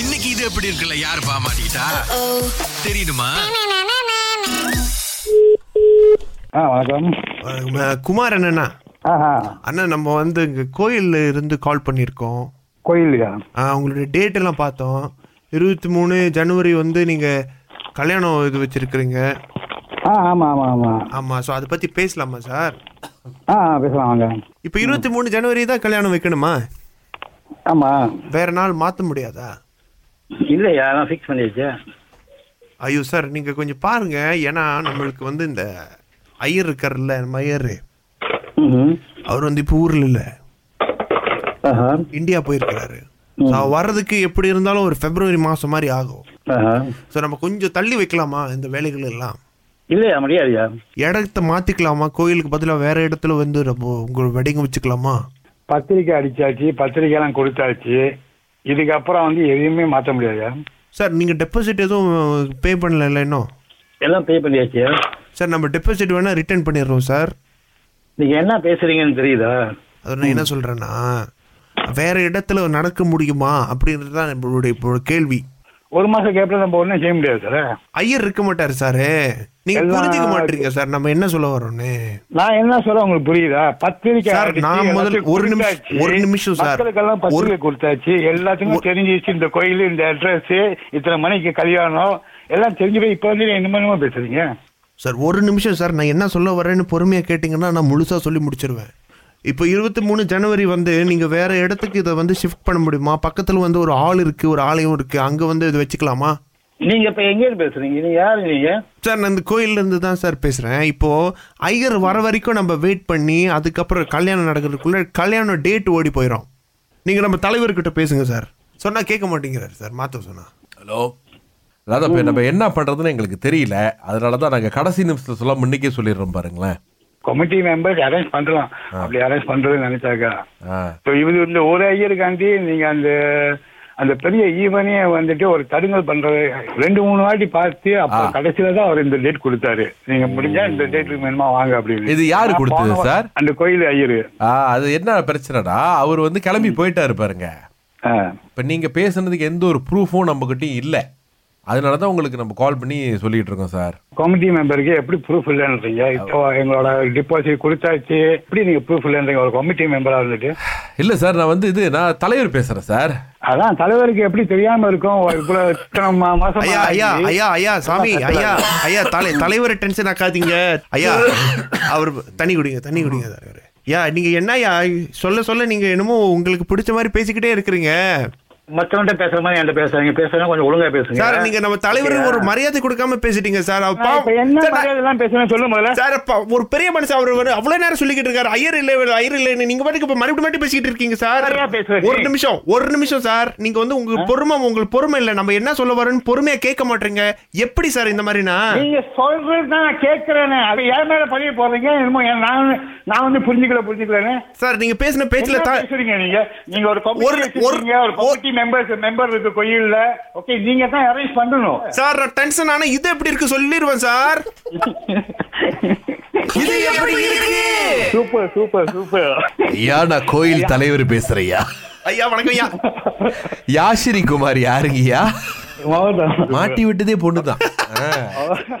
இன்னைக்கு இது எப்படி இருக்குல்ல யார் பாமாட்டா தெரியுமா ஆ வணக்கம் அஹ் குமார் அண்ணனா ஆஹா அண்ணா நம்ம வந்து இங்க கோயில்ல இருந்து கால் பண்ணியிருக்கோம் கோயில்லையா அஹ் உங்களுடைய டேட் எல்லாம் பார்த்தோம் இருபத்தி மூணு ஜனவரி வந்து நீங்க கல்யாணம் இது வச்சிருக்கிறீங்க ஆ ஆமாம் ஆமாம் ஆமாம் ஆமா ஸோ அதை பத்தி பேசலாமா சார் ஆ ஆ, பேசலாம் வாங்க இப்போ இருபத்தி மூணு ஜனவரி தான் கல்யாணம் வைக்கணுமா ஆமாம் வேற நாள் மாற்ற முடியாதா இல்லையா நான் ஃபிக்ஸ் பண்ணியாச்சு ஐயோ சார் நீங்க கொஞ்சம் பாருங்க ஏன்னா நம்மளுக்கு வந்து இந்த ஐயர் இருக்கார்ல நம்ம ஐயர் ம் அவர் வந்து இப்போ ஊர்ல இல்லை ஆஹா இந்தியா போயிருக்கிறாரு So, அவர் வர்றதுக்கு எப்படி இருந்தாலும் ஒரு பிப்ரவரி மாசம் மாதிரி ஆகும் ஆஹா ஸோ நம்ம கொஞ்சம் தள்ளி வைக்கலாமா இந்த வேலைகள் எல்லாம் இல்லையா முடியாதுயா இடத்த மாத்திக்கலாமா கோயிலுக்கு பதிலா வேற இடத்துல வந்து நம்ம உங்க வெட்டிங் வச்சுக்கலாமா பத்திரிக்கை அடிச்சாச்சு பத்திரிக்கைலாம் கொடுத்தாச்சு இதுக்கப்புறம் வந்து எதையுமே மாற்ற முடியாதுயா சார் நீங்க டெபாசிட் எதுவும் பே பண்ணல இன்னும் எல்லாம் பே பண்ணியாச்சு சார் நம்ம டெபாசிட் வேணா ரிட்டர்ன் பண்ணிடுறோம் சார் நீங்கள் என்ன பேசுறீங்கன்னு தெரியுதா அது நான் என்ன சொல்றேன்னா வேற இடத்துல நடக்க முடியுமா அப்படின்றது தான் நம்மளுடைய இப்போ கேள்வி ஒரு மாதம் கேப்பில் நம்ம ஒன்றும் செய்ய முடியாது சார் ஐயர் இருக்க மாட்டார் சார் நீங்க எல்லாம் புரிஞ்சுக்க மாட்டீங்க சார் நம்ம என்ன சொல்ல வரோன்னு நான் என்ன சொல்ல உங்களுக்கு புரியுதா பத்திரிக்கை சார், அடிச்சு நான் முதல்ல எல்லாத்துக்கும் ஒரு நிமிஷம், கொடுத்தாச்சு. ஒரு நிமிஷம் சார். மக்களுக்கெல்லாம் பத்திரிக்கை கொடுத்தாச்சு எல்லாத்துக்கும் தெரிஞ்சிச்சு இந்த கோயில் இந்த அட்ரஸ் இத்தனை மணிக்கு கல்யாணம் எல்லாம் தெரிஞ்சு போய் இப்ப வந்து நீங்க என்னமோ என்னமோ பேசுறீங்க சார் ஒரு நிமிஷம் சார் நான் என்ன சொல்ல வரேன்னு பொறுமையாக கேட்டிங்கன்னா நான் முழுசாக சொல்லி முடிச்சிருவேன் இப்போ இருபத்தி மூணு ஜனவரி வந்து நீங்கள் வேறு இடத்துக்கு இதை வந்து ஷிஃப்ட் பண்ண முடியுமா பக்கத்தில் வந்து ஒரு ஆள் இருக்குது ஒரு ஆலயம் இருக்குது அங்கே வந்து இது வச்சுக்கலாமா நீங்க இப்ப எங்க இருந்து பேசுறீங்க நீங்க யாரு நீங்க சார் நான் இந்த கோயிலேருந்து தான் சார் பேசுகிறேன் இப்போது ஐயர் வர வரைக்கும் நம்ம வெயிட் பண்ணி அதுக்கப்புறம் கல்யாணம் நடக்கிறதுக்குள்ளே கல்யாணம் டேட் ஓடி போயிடும் நீங்கள் நம்ம தலைவர்கிட்ட பேசுங்க சார் சொன்னால் கேட்க மாட்டேங்கிறார் சார் மாற்ற சொன்னால் ஹலோ அதான் இப்ப நம்ம என்ன பண்றதுன்னு எங்களுக்கு தெரியல அதனால தான் நாங்க கடைசி நிமிஷத்துல சொல்ல முன்னைக்கே சொல்லிடுறோம் பாருங்களேன் கமிட்டி மெம்பர்ஸ் அரேஞ்ச் பண்றோம் அப்படி அரேஞ்ச் பண்றதுன்னு நினைச்சாக்கா ஆ இப்போ இது இந்த ஒரு ஐயருக்காண்டி நீங்க அந்த அந்த பெரிய ஈவனே வந்துட்டு ஒரு தடுங்கல் பண்றது ரெண்டு மூணு வாட்டி பார்த்து அப்ப கடைசியில தான் அவர் இந்த டேட் கொடுத்தாரு நீங்க முடிஞ்சா இந்த டேட்டுக்கு வேணுமா வாங்க அப்படின்னு இது யாரு நான் கொடுத்தது போன வா- சார்? அந்த கோயில் ஐயரு ஆ, அது என்ன பிரச்சனைடா அவர் வந்து கிளம்பி போயிட்டாரு பாருங்க ஆ. இப்ப நீங்க பேசுனதுக்கு எந்த ஒரு ப்ரூஃபும் நம்மகிட்டயும் இல்ல அதனால தான் உங்களுக்கு நம்ம கால் பண்ணி சொல்லிட்டு இருக்கோம் சார் கமிட்டி மெம்பருக்கு எப்படி ப்ரூஃப் இல்லைன்றீங்க இப்போ எங்களோட டிபாசிட் கொடுத்தாச்சு எப்படி நீங்க ப்ரூஃப் இல்லைன்றீங்க ஒரு கமிட்டி மெம்பரா இருந்துட்டு இல்ல சார் நான் வந்து இது நான் தலைவர் பேசுறேன் சார் அதான் தலைவருக்கு எப்படி தெரியாம இருக்கும் இவ்வளவு இத்தனை மா- மாசமா ஐயா ஐயா ஆகி. ஐயா ஐயா சாமி ஐயா ஐயா தலை தலைவரை டென்ஷன் ஆக்காதீங்க ஐயா அவர் தண்ணி குடிங்க தண்ணி குடிங்க தலைவர் ஐயா நீங்க என்ன ஐயா சொல்ல சொல்ல நீங்க என்னமோ உங்களுக்கு பிடிச்ச மாதிரி பேசிக்கிட்டே இருக்கிறீங்க மத்தவன்ட்ட பேசுற மாதிரி என்கிட்ட பேசுறீங்க பேசுறேன் கொஞ்சம் ஒழுங்கா பேசுங்க சார் நீங்க நம்ம தலைவருக்கு ஒரு மரியாதை கொடுக்காம பேசிட்டீங்க சார் அவர் நான் இப்ப பாவம். என்ன சார், நான்- மரியாதை எல்லாம் பேசுறேன் சொல்லு முதல்ல சார் அப்பா, ஒரு பெரிய மனுஷன் அவர் வந்து அவ்வளவு நேரம் சொல்லிக்கிட்டு இருக்காரு ஐயர் இல்ல ஐயர் இல்ல நீங்க பாட்டுக்கு இப்ப மறுபடியும் மட்டும் பேசிக்கிட்டு இருக்கீங்க சார் சரியா பேசுற நீ. ஒரு நிமிஷம் ஒரு நிமிஷம் சார் நீங்க வந்து உங்களுக்கு பொறுமை உங்களுக்கு பொறுமை இல்ல நம்ம என்ன சொல்ல வரோன்னு பொறுமையா கேட்க மாட்டீங்க எப்படி சார் இந்த மாதிரினா நீங்க சொல்றது தான் நான் கேட்கிறேனே அது ஏன் மேல பழிய போறீங்க என்னமோ ஏன் நான் நான் வந்து புரிஞ்சுக்கல புரிஞ்சுக்கலன்னு சார் நீங்க பேசின பேச்சுல என்ன தான் பேசுறீங்க நீங்க நீங்க ஒரு ஒரு- கமிட்டி ஒரு- வச்சிருக்கீங்க ஒரு கமிட்டி மெம்பர்ஸ் மெம்பர் இருக்கு கோயில்ல ஓகே நீங்க தான் அரேஞ்ச் பண்ணணும் சார் நான் டென்ஷன் ஆனா இது எப்படி இருக்கு சொல்லிடுவேன் சார் இது எப்படி இருக்கு சூப்பர் சூப்பர் சூப்பர் ஐயா நான் கோயில் தலைவர் பேசுறையா ஐயா வணக்கம் ஐயா யாஷினி குமார் யாருங்கய்யா மாவட்டம் மாட்டி விட்டதே பொண்ணுதான் ஆ.